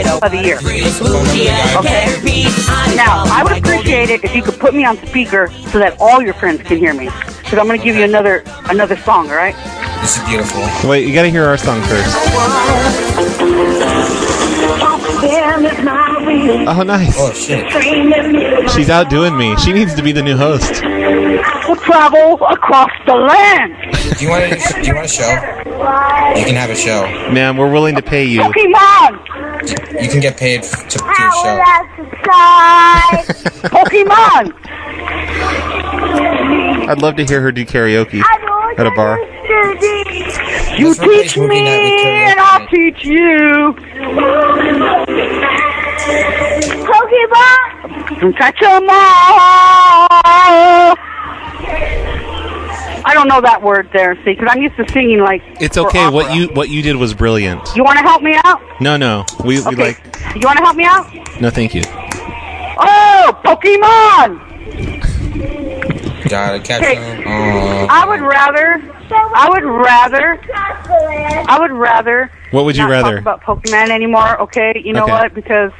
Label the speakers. Speaker 1: potato of the year. Okay? Now, I would appreciate it if you could put me on speaker so that all your friends can hear me. Because I'm going to give you another another song, all right?
Speaker 2: This is beautiful.
Speaker 3: Wait, you gotta hear our song first. Oh, nice.
Speaker 2: Oh shit.
Speaker 3: She's outdoing me. She needs to be the new host.
Speaker 1: We'll travel across the land.
Speaker 2: Do you want to? Do you want a show? You can have a show.
Speaker 3: Ma'am, we're willing to pay you.
Speaker 1: Pokemon!
Speaker 2: You can get paid f- to do a show.
Speaker 1: Pokemon!
Speaker 3: I'd love to hear her do karaoke at a bar.
Speaker 1: You
Speaker 2: Let's replace
Speaker 1: teach
Speaker 2: movie
Speaker 1: me,
Speaker 2: night with karaoke
Speaker 1: and I'll
Speaker 2: night.
Speaker 1: teach you.
Speaker 4: Pokemon!
Speaker 1: Catch 'em all. I don't know that word there, see, because I'm used to singing like.
Speaker 3: It's
Speaker 1: for
Speaker 3: okay. What
Speaker 1: opera.
Speaker 3: you what you did was brilliant.
Speaker 1: You want to help me out?
Speaker 3: No, no. We, we
Speaker 1: Okay.
Speaker 3: like
Speaker 1: You want to help me out?
Speaker 3: no thank you.
Speaker 1: Oh, Pokemon!
Speaker 2: Gotta catch
Speaker 1: Okay.
Speaker 2: 'em all.
Speaker 1: I would rather. I would rather. I would rather.
Speaker 3: What would you
Speaker 1: not
Speaker 3: rather?
Speaker 1: talk about Pokemon anymore? Okay, you know
Speaker 3: Okay.
Speaker 1: what? Because